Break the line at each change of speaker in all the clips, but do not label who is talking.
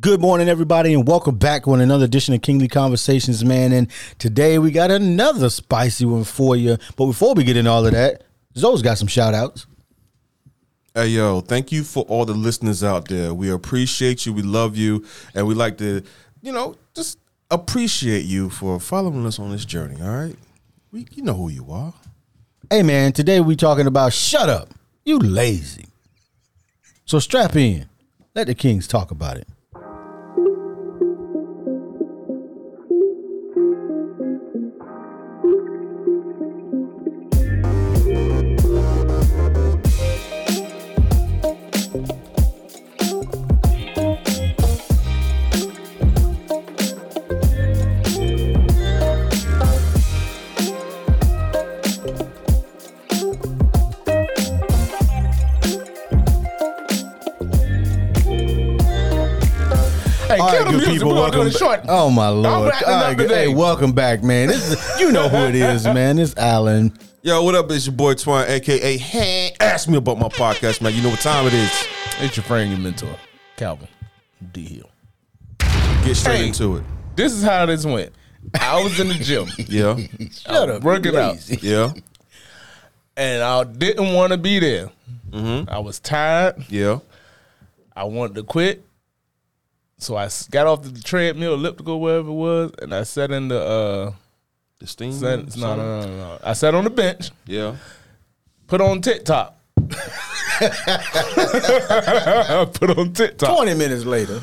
Good morning, everybody, and welcome back to another edition of Kingly Conversations, man. And today we got another spicy one for you. But before we get into all of that, Zoe's got some shout outs.
Hey yo, thank you for all the listeners out there. We appreciate you. We love you, and we like to, you know, just appreciate you for following us on this journey. All right, we you know who you are.
Hey, man, today we talking about shut up, you lazy. So strap in, let the Kings talk about it.
Hey,
All right, good people, welcome. Back. Oh my lord!
wrapping
All
up
right, good-
today.
hey, welcome back, man. This is, you know who it is, man. It's Allen.
Yo, what up? It's your boy Twine, aka Hey. Ask me about my podcast, man. You know what time it is.
It's your friend, your mentor, Calvin D Hill.
Get straight
Hey.
into it.
This is how this went. I was in the gym
Yeah,
Shut up,
working out,
yeah,
and I didn't want to be there. I was tired.
yeah.
I wanted to quit, so I s- got off the treadmill, elliptical, wherever it was, and I sat in the. Uh,
The steam.
sat, no, no, no, no, no. I sat on the bench,
Yeah.
put on TikTok. put on TikTok.
Twenty minutes later,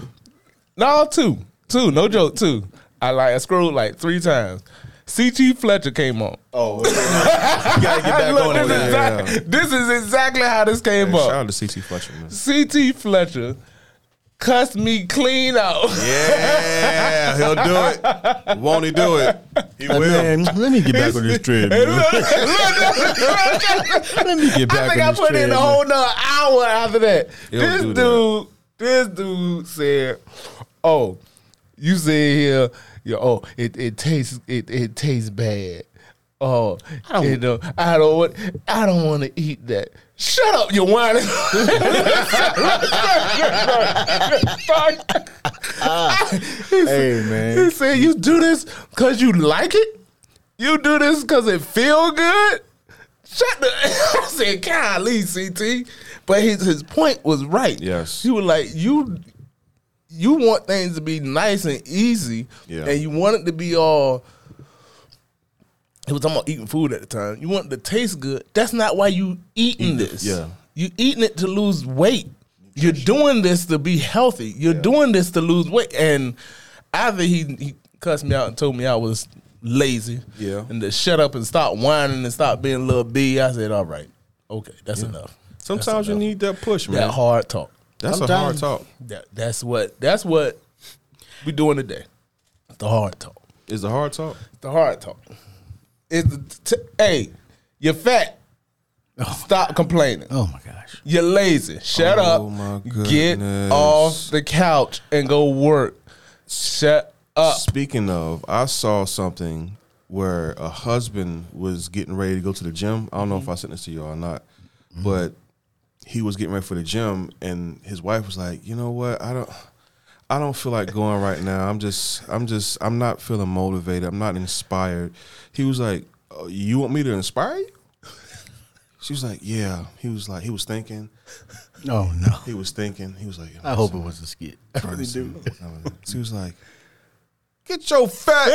No, two. Two. No joke, two. I like I scrolled like three times. CT Fletcher came on.
gotta get back
Oh. Look,
on
this,
it.
is exactly, this is exactly how this came
Shout
up.
out to CT Fletcher, man.
CT Fletcher cussed me clean out.
Yeah, he'll do it. Won't he do it? He
Uh, Man, let me get back on this treadmill. Let me get
I
back
think I
on this
put in a
treadmill.
whole nother hour after that.
He'll
this
do
dude,
that.
this dude said, "Oh, you said here, yo, oh, it, it tastes it it tastes bad. Oh, I don't, you know, I don't want I don't want to eat that. Shut up, you whining."
Hey, man.
He said, "You do this because you like it. You do this because it feel good." Shut the. I said, "Golly, CT," but his his point was right.
Yes.
he was like, "You, you want things to be nice and easy,
Yeah.
and you want it to be all." It was talking about eating food at the time. You want it to taste good. That's not why you eating
Eat it,
this.
yeah.
you eating it to lose weight. You're doing this to be healthy. You're doing this to lose weight. And after he, he cussed me out and told me I was lazy,
Yeah.
and to shut up and stop whining and stop being a little b, I said, all right, okay, that's enough.
Sometimes you need that push, man.
That hard talk.
That's
Sometimes-
a hard talk.
That that's what that's what we doing today. The hard talk.
Is a hard talk.
The hard talk. Is the t- hey, you're fat. Stop complaining.
Oh my gosh.
You're lazy. Shut
Oh, my
up. Get off the couch and go work. Shut up.
Speaking of, I saw something where a husband was getting ready to go to the gym. I don't know if
Mm-hmm.
I sent this to you or not, but he was getting ready for the gym, and his wife was like, "You know what? I don't." I don't feel like going right now. I'm just, I'm just, I'm not feeling motivated. I'm not inspired. He was like, oh, "You want me to inspire you?" She was like, "Yeah." He was like, he was thinking,
Oh no.
he was thinking. He was like,
I hope it was a skit.
She was like, "Get your fat,"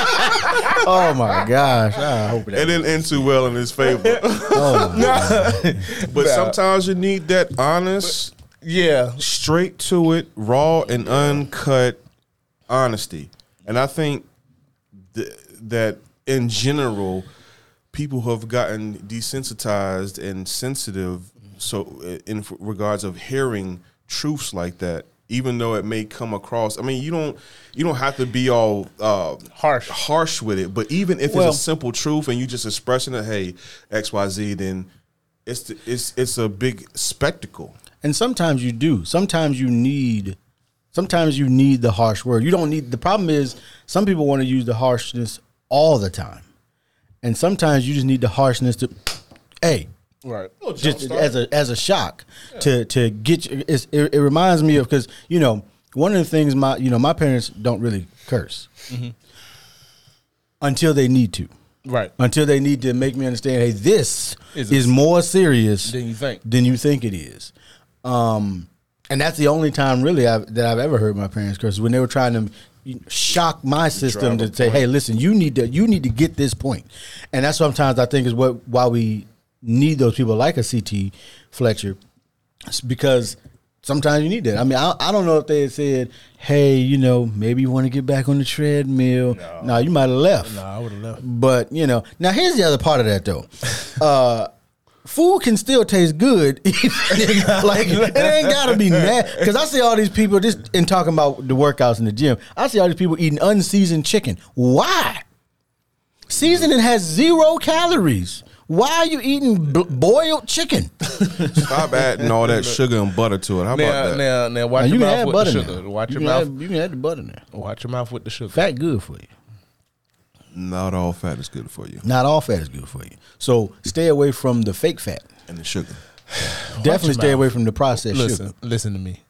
Oh my gosh. I hope that.
and then end too well in his favor.
Oh, my God.
But sometimes you need that honest,
Yeah.
straight to it, raw and uncut honesty. And I think th- that in general, people who have gotten desensitized and sensitive, so uh, in f- regards of hearing truths like that, even though it may come across, I mean, you don't you don't have to be all uh,
Harsh.
harsh with it. But even if
Well-
it's a simple truth and you just expressing it, hey, X Y Z, then it's the, it's it's a big spectacle.
And sometimes you do. Sometimes you need. Sometimes you need the harsh word. You don't need. The problem is some people want to use the harshness all the time, and sometimes you just need the harshness to. Hey,
Right.
just as a as a shock to to get you. It's, it, it reminds me of because you know one of the things my you know my parents don't really curse until they need to,
Right.
until they need to make me understand. Hey, this
Is
is,
a-
more serious
Than you think.
than you think it is. Um, and that's the only time really I've, that I've ever heard my parents curse when they were trying to shock my system to say, "Hey, listen, you need to you need to get this point." And that's sometimes I think is what why we need those people like a CT Fletcher it's because sometimes you need that. I mean, I, I don't know if they had said, "Hey, you know, maybe you want to get back on the treadmill." No, you might have left.
I would have left.
But you know, now here's the other part of that though. Uh, food can still taste good. like it ain't gotta be mad. Because I see all these people just in talking about the workouts in the gym. I see all these people eating unseasoned chicken. Why? Seasoning has zero calories. Why are you eating b- boiled chicken?
Stop adding all that sugar and butter to it. How
Now,
about that?
now, now, watch
Now,
your
you can
mouth
add
with
butter.
the
now.
sugar. Watch
you
your
can
mouth.
add- you can add the butter now.
Watch your mouth with the sugar.
Fat good for you.
Not all fat is good for you,
Not all fat is good for you. So stay away from the fake fat.
and the sugar.
Definitely stay away from the processed
Listen,
sugar.
listen to me.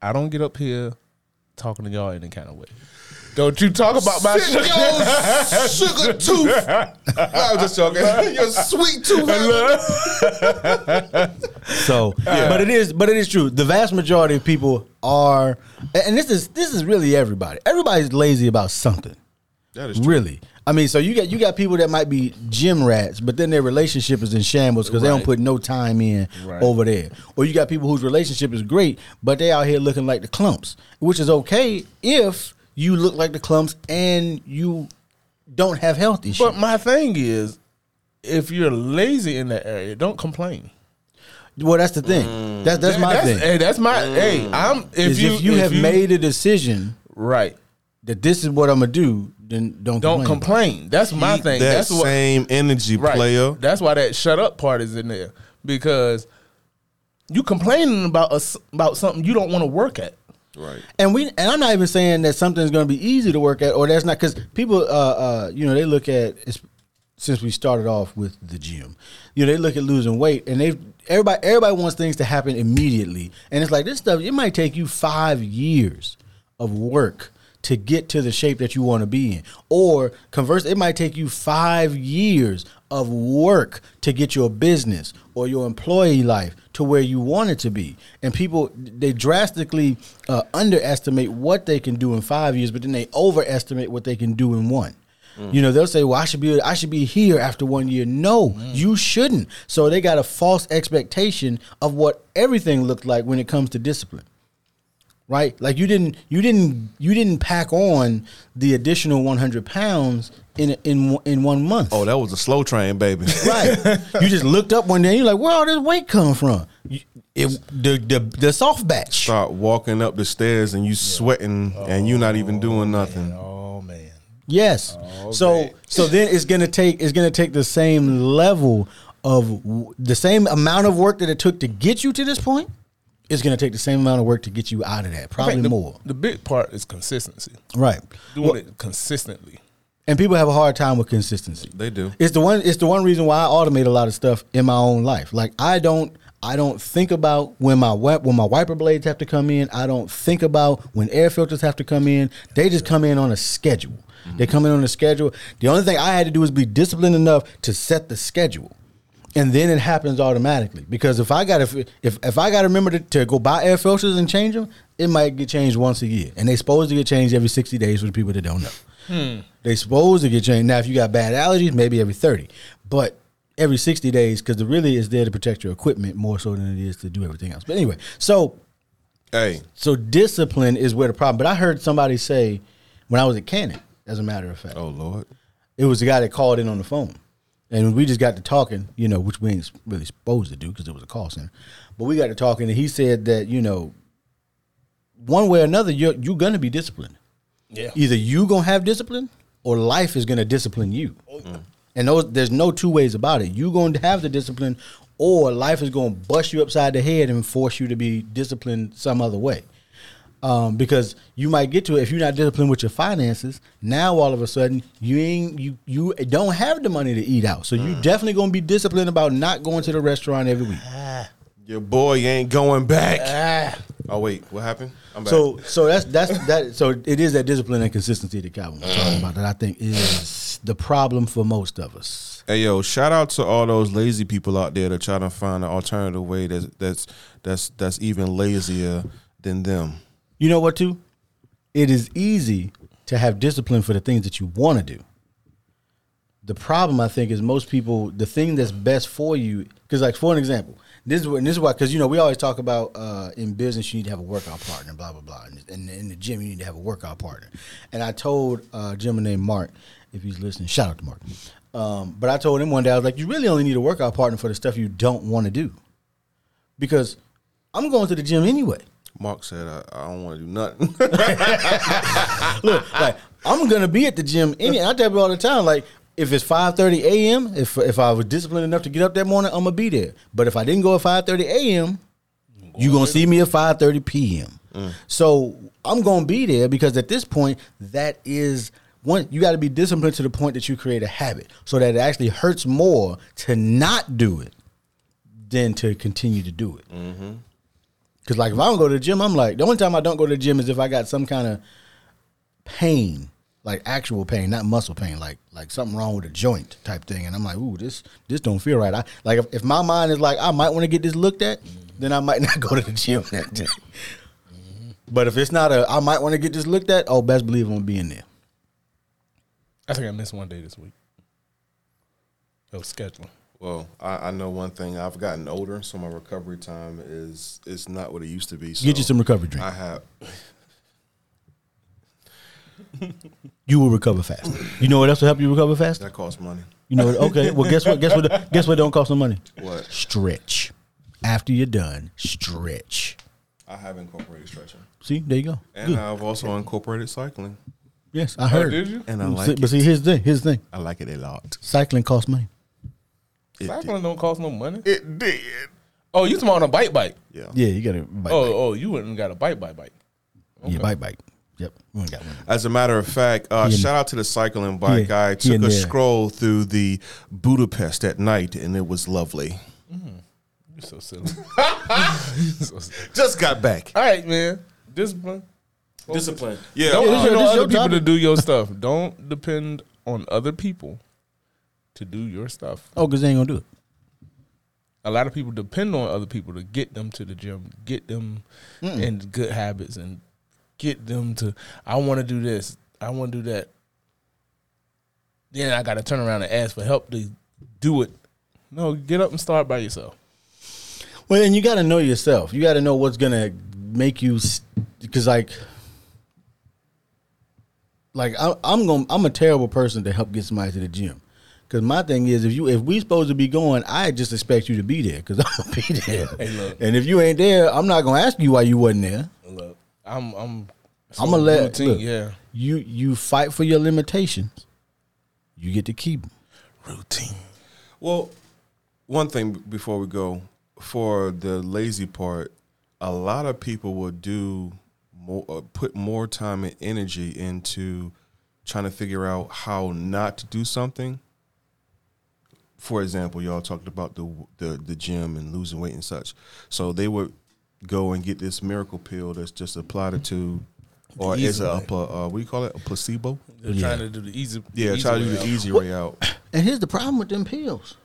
I don't get up here talking to y'all any kind of way. Don't you talk about my
Sit
sugar?
your sugar tooth. I was just joking. Your sweet tooth.
So, but it is, but it is true. The vast majority of people are, and this is this is really everybody. Everybody's lazy about something.
That is
Really, I mean, so you got you got people that might be gym rats, but then their relationship is in shambles because they don't
Right.
put no time in over there. Or you got people whose relationship is great, but they out here looking like the clumps, which is okay if you look like the clumps and you don't have health issues.
But my thing is, if you're lazy in that area, don't complain.
well, that's the thing. That's that's my
Mm. that's,
thing.
Hey, that's my hey. I'm if
Is
you,
if you have made a decision
right,
that this is what I'm gonna do, then don't
don't
complain.
complain. That's my thing.
That
That's what
same energy
right.
player.
That's why that shut up part is in there because you complaining about us about something you don't want to work at.
Right.
And we and I'm not even saying that something's going to be easy to work at, or that's not because people, uh, uh, you know, they look at it's- since we started off with the gym, you know, they look at losing weight, and they everybody everybody wants things to happen immediately, and it's like this stuff. It might take you five years of work to get to the shape that you want to be in, or converse, it might take you five years of work to get your business or your employee life to where you want it to be. And people they drastically uh, underestimate what they can do in five years, but then they overestimate what they can do in one. You know, they'll say, "Well, I should be I should be here after 1 year." No, you shouldn't. So they got a false expectation of what everything looked like when it comes to discipline. Right? Like you didn't you didn't you didn't pack on the additional 100 pounds in in in one month.
Oh, that was a slow train, baby.
Right. you just looked up one day and you're like, where all this weight come from? You- It, the, the, the soft batch.
Start walking up the stairs and you sweating and you not even doing nothing.
Oh man,
Yes. so so then it's gonna take it's gonna take the same level of w- the same amount of work that it took to get you to this point. It's gonna take the same amount of work to get you out of that,
I
probably
think the,
more.
The big part is consistency.
Right.
Doing it consistently.
And people have a hard time with consistency.
They do.
It's the one. It's the one reason why I automate a lot of stuff in my own life. Like I don't. I don't think about when my wi- when my wiper blades have to come in. I don't think about when air filters have to come in. They just come in on a schedule. They come in on a schedule. The only thing I had to do is be disciplined enough to set the schedule, and then it happens automatically. Because if I got if if, if I got to remember to, to go buy air filters and change them, it might get changed once a year, and they supposed to get changed every sixty days for the people that don't know. They supposed to get changed. Now, if you got bad allergies, maybe every 30, but every 60 days, because it really is there to protect your equipment more so than it is to do everything else. But anyway, so
Hey,
so discipline is where the problem. But I heard somebody say when I was at Canon, as a matter of fact,
oh Lord.
it was a guy that called in on the phone. And we just got to talking, you know, which we ain't really supposed to do because it was a call center. But we got to talking, and he said that, you know, one way or another, you're, you're going to be disciplined
Yeah.
either you gonna have discipline or life is gonna discipline you. And those, there's no two ways about it. You gonna have the discipline, or life is gonna bust you upside the head and force you to be disciplined some other way. Um, because you might get to it if you're not disciplined with your finances. Now all of a sudden you ain't you you don't have the money to eat out, so you definitely gonna be disciplined about not going to the restaurant every week.
Your boy ain't going back. Oh wait, what happened? I'm back.
So so that's that's that so it is that discipline and consistency that Calvin was talking about that I think is the problem for most of us.
Hey yo, shout out to all those lazy people out there that try to find an alternative way that's that's that's that's even lazier than them.
You know what too? It is easy to have discipline for the things that you want to do. The problem I think is most people the thing that's best for you because like for an example, this is what and this is why because you know we always talk about uh, in business you need to have a workout partner blah blah blah and in, in the gym you need to have a workout partner and I told uh, a gentleman named Mark if he's listening shout out to Mark um, but I told him one day I was like you really only need a workout partner for the stuff you don't want to do because I'm going to the gym anyway.
Mark said, I, I don't want to do nothing.
Look, like I'm gonna be at the gym any. I tell people all the time, like if it's 5:30 a.m., if if I was disciplined enough to get up that morning, I'm gonna be there. But if I didn't go at 5:30 a.m., you gonna see me at 5:30 p.m. So I'm gonna be there because at this point, that is one. You got to be disciplined to the point that you create a habit, so that it actually hurts more to not do it than to continue to do it. Cause like if I don't go to the gym, I'm like the only time I don't go to the gym is if I got some kind of pain, like actual pain, not muscle pain, like like something wrong with a joint type thing. And I'm like, ooh, this this don't feel right. I like if, if my mind is like I might want to get this looked at, then I might not go to the gym that day. But if it's not a I might want to get this looked at, oh, best believe I'm gonna be in there.
I think I missed one day this week. It was scheduling. Oh,
well, I, I know one thing. I've gotten older, so my recovery time is it's not what it used to be. So
Get you some recovery drink.
I have.
You will recover fast. You know what else will help you recover fast?
That costs money.
You know, okay. Well, guess what? Guess what? Guess what? Don't cost no money.
What?
Stretch. After you're done, stretch.
I have incorporated stretching,
See, there you go.
and I've also incorporated cycling,
Yes, I heard.
did you?
Oh, and I
Mm,
like
see-
it.
but see, here's the thing. Here's the thing.
I like it a lot.
Cycling costs money.
It
Cycling don't cost no money.
did. It did.
Oh, you talking about a bike bike?
Yeah.
Yeah, you got to bike.
oh,
bike.
oh, you wouldn't even got a bike bike bike.
Yeah, bike bike. Yep, we only got one.
As a matter of fact, uh,
Yeah.
shout out to the cycling bike
Yeah.
I Took
Yeah,
a
yeah.
stroll through the Budapest at night, and it was lovely.
You so silly. You so silly.
Just got back.
All right, man. Discipline.
Discipline. Yeah.
Don't
this
you
your-
know
this
other
your
people to
topic.
do your stuff. Don't depend on other people to do your stuff.
Oh, because they ain't gonna do it.
A lot of people depend on other people to get them to the gym, get them in good habits, and get them to. I want to do this. I want to do that. Then I got to turn around and ask for help to do it. No, get up and start by yourself.
Well, and you got to know yourself. You got to know what's gonna make you, because like, like I, I'm gonna I'm a terrible person to help get somebody to the gym. Because my thing is, if you if we supposed to be going, I just expect you to be there. Because I'm gonna be there.
Hey, look.
and if you ain't there, I'm not gonna ask you why you wasn't there.
Look, I'm. I'm.
I'm gonna let
routine.
look,
yeah.
you you fight for your limitations. You get to keep them.
Routine.
Well, one thing b- before we go, for the lazy part, a lot of people will do more, uh, put more time and energy into trying to figure out how not to do something. For example, y'all talked about the the, the gym and losing weight and such. So they would go and get this miracle pill that's just applied to, or
easy
is a, a,
way.
pla- uh, what do you call it? A placebo?
They're trying to do the easy.
Yeah,
easy
try to do
way
the e-
out.
easy way out.
And here's the problem with them pills.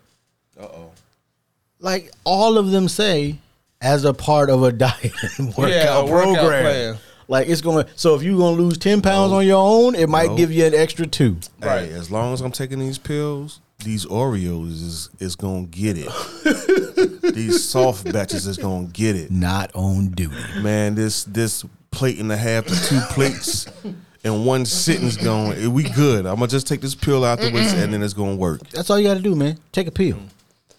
Uh oh.
Like all of them say, as a part of a diet and workout,
Yeah, a workout
program.
plan.
Like it's going. to So if you're going to lose ten pounds on your own, it might
No.
give you an extra two.
Right. Hey, as long as I'm taking these pills, these Oreos is is gonna get it. these soft batches is gonna get it.
Not on duty.
Man, this this plate and a half to two plates and one sitting is going. We good. I'm gonna just take this pill afterwards, and then it's gonna work.
That's all you got to do, man. Take a pill.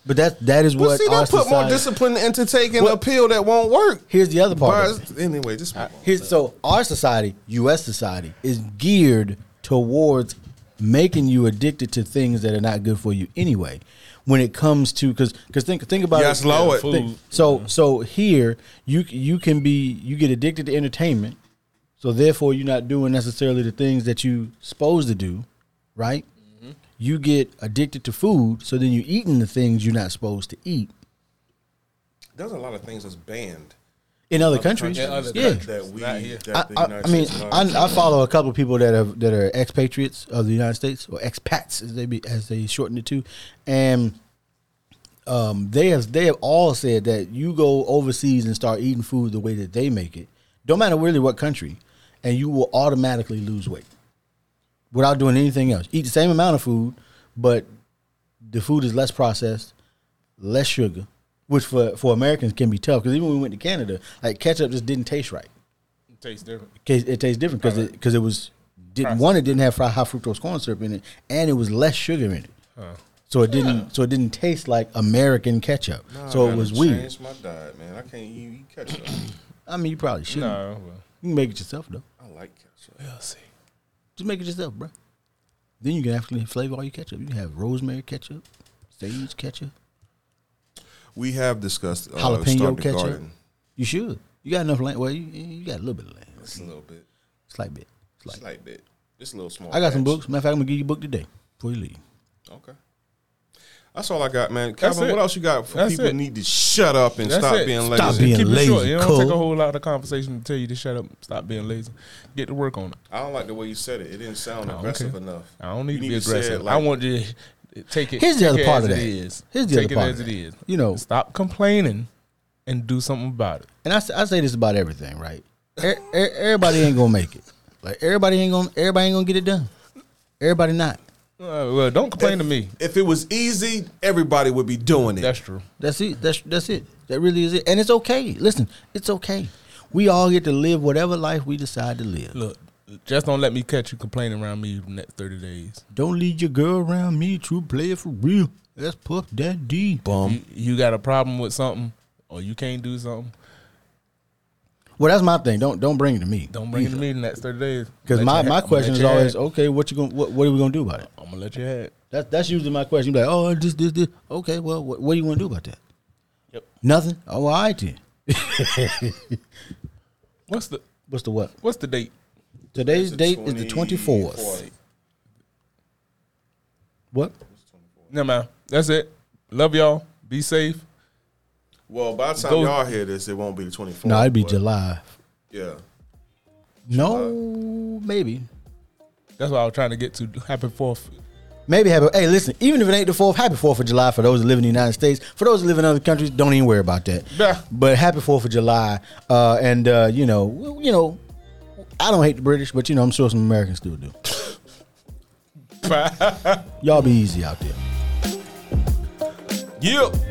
But that that is what. our society-
discipline into taking
What-
pill that won't work.
Here's the other part. of it.
But anyway, just
Here's, so our society, U.S. society, is geared towards making you addicted to things that are not good for you anyway. When it comes to because because think think about
Yes,
it.
Lord.
Think- so so here you you can be you get addicted to entertainment, so therefore you're not doing necessarily the things that you supposed to do, right? You get addicted to food, so then you're eating the things you're not supposed to eat.
there's a lot of things that's banned.
in other countries.
countries. other
yeah.
countries.
that we.
Not here.
That
I,
the
I,
United
I mean,
States allows.
I, I follow a couple of people that are that are expatriates of the United States or expats as they be, as they shorten it to, and um, they have they have all said that you go overseas and start eating food the way that they make it, don't matter really what country, and you will automatically lose weight without doing anything else. Eat the same amount of food, but the food is less processed, less sugar, which for for Americans can be tough because even when we went to Canada, like ketchup just didn't taste right.
It tastes different.
Cause it tastes different because it because it was didn't one it didn't have fri- high fructose corn syrup in it and it was less sugar in it, so it didn't so it didn't taste like American ketchup.
Nah,
so
I
it was
gotta
weird.
Change my diet, man. I can't eat eat ketchup.
I mean, you probably shouldn't.
No, well,
You can make it yourself though.
I like ketchup.
we'll see.
Just make it yourself, bro. Then you can actually flavor all your ketchup. You can have rosemary ketchup, sage ketchup,
We have discussed uh,
jalapeno
Starved
ketchup.
Garden.
You should. You got enough land. Well, you, you got a little bit of land.
It's a little bit.
Slight bit. Slight.
It's like bit. It's a little small.
I got some
batch.
books. Matter of fact, I'm gonna give you a book today before you leave.
Okay. That's all I got, man.
That's
Calvin,
it.
what else you got for
That's
people
it.
need to shut up and
That's
stop
it.
being lazy?
Stop being-
Keep it
lazy,
short. It don't take
cool.
a whole lot of conversation to tell you to shut up, stop being lazy, get to work on it.
I don't like the way you said it. It didn't sound
Oh,
aggressive
okay.
enough.
I don't need
You
to be
say it
aggressive.
like-
I want you to take it.
Here's the
take
other
it
part
as
of that.
It is.
Here's the
take
other
it
part
as
of
it
that.
is.
You know-
stop complaining and do something about it.
and I, s- I say this about everything, right? Er, er- everybody ain't gonna make it. Like everybody ain't gonna everybody ain't gonna get it done. Everybody not.
Uh, well, don't complain to me.
If it was easy, everybody would be doing it.
That's true.
That's it. That's that's it. That really is it. And it's okay. Listen, it's okay. We all get to live whatever life we decide to live.
Look, just don't let me catch you complaining around me the next thirty days.
Don't lead your girl around me, true player for real. That's Puff Dad D.
Bum.
You, you got a problem with something, or you can't do something.
Well, that's my thing. Don't don't bring it to me.
Don't bring it to me the next thirty days.
Because
Let
my,
you
my
have-
question
let
is
you
always,
have-
okay, what you going what, what are we gonna do about it?
I'm gonna let you have. it.
That's that's usually my question. You be like, oh, this, this, this. Okay, well, what, what do you want to do about that?
Yep.
Nothing. Oh, all right then.
What's the
What's the what?
what's the date?
Today's
It's the
date is the twenty fourth.
24th.
What?
No man, that's it. Love y'all. Be safe.
Well, by the time
Those-
y'all hear this, it won't be the 24th.
No, it'd be
but-
July.
Yeah.
No, maybe,
That's what I was trying to get to. Happy Fourth.
maybe happy. Hey, listen, even if it ain't the fourth, happy Fourth of July for those that live in the United States. For those that live in other countries, don't even worry about that.
Yeah.
But happy Fourth of July, uh, and uh, you know, well, you know, I don't hate the British, but you know, I'm sure some Americans still do.
Bye.
Y'all be easy out there.
yeah.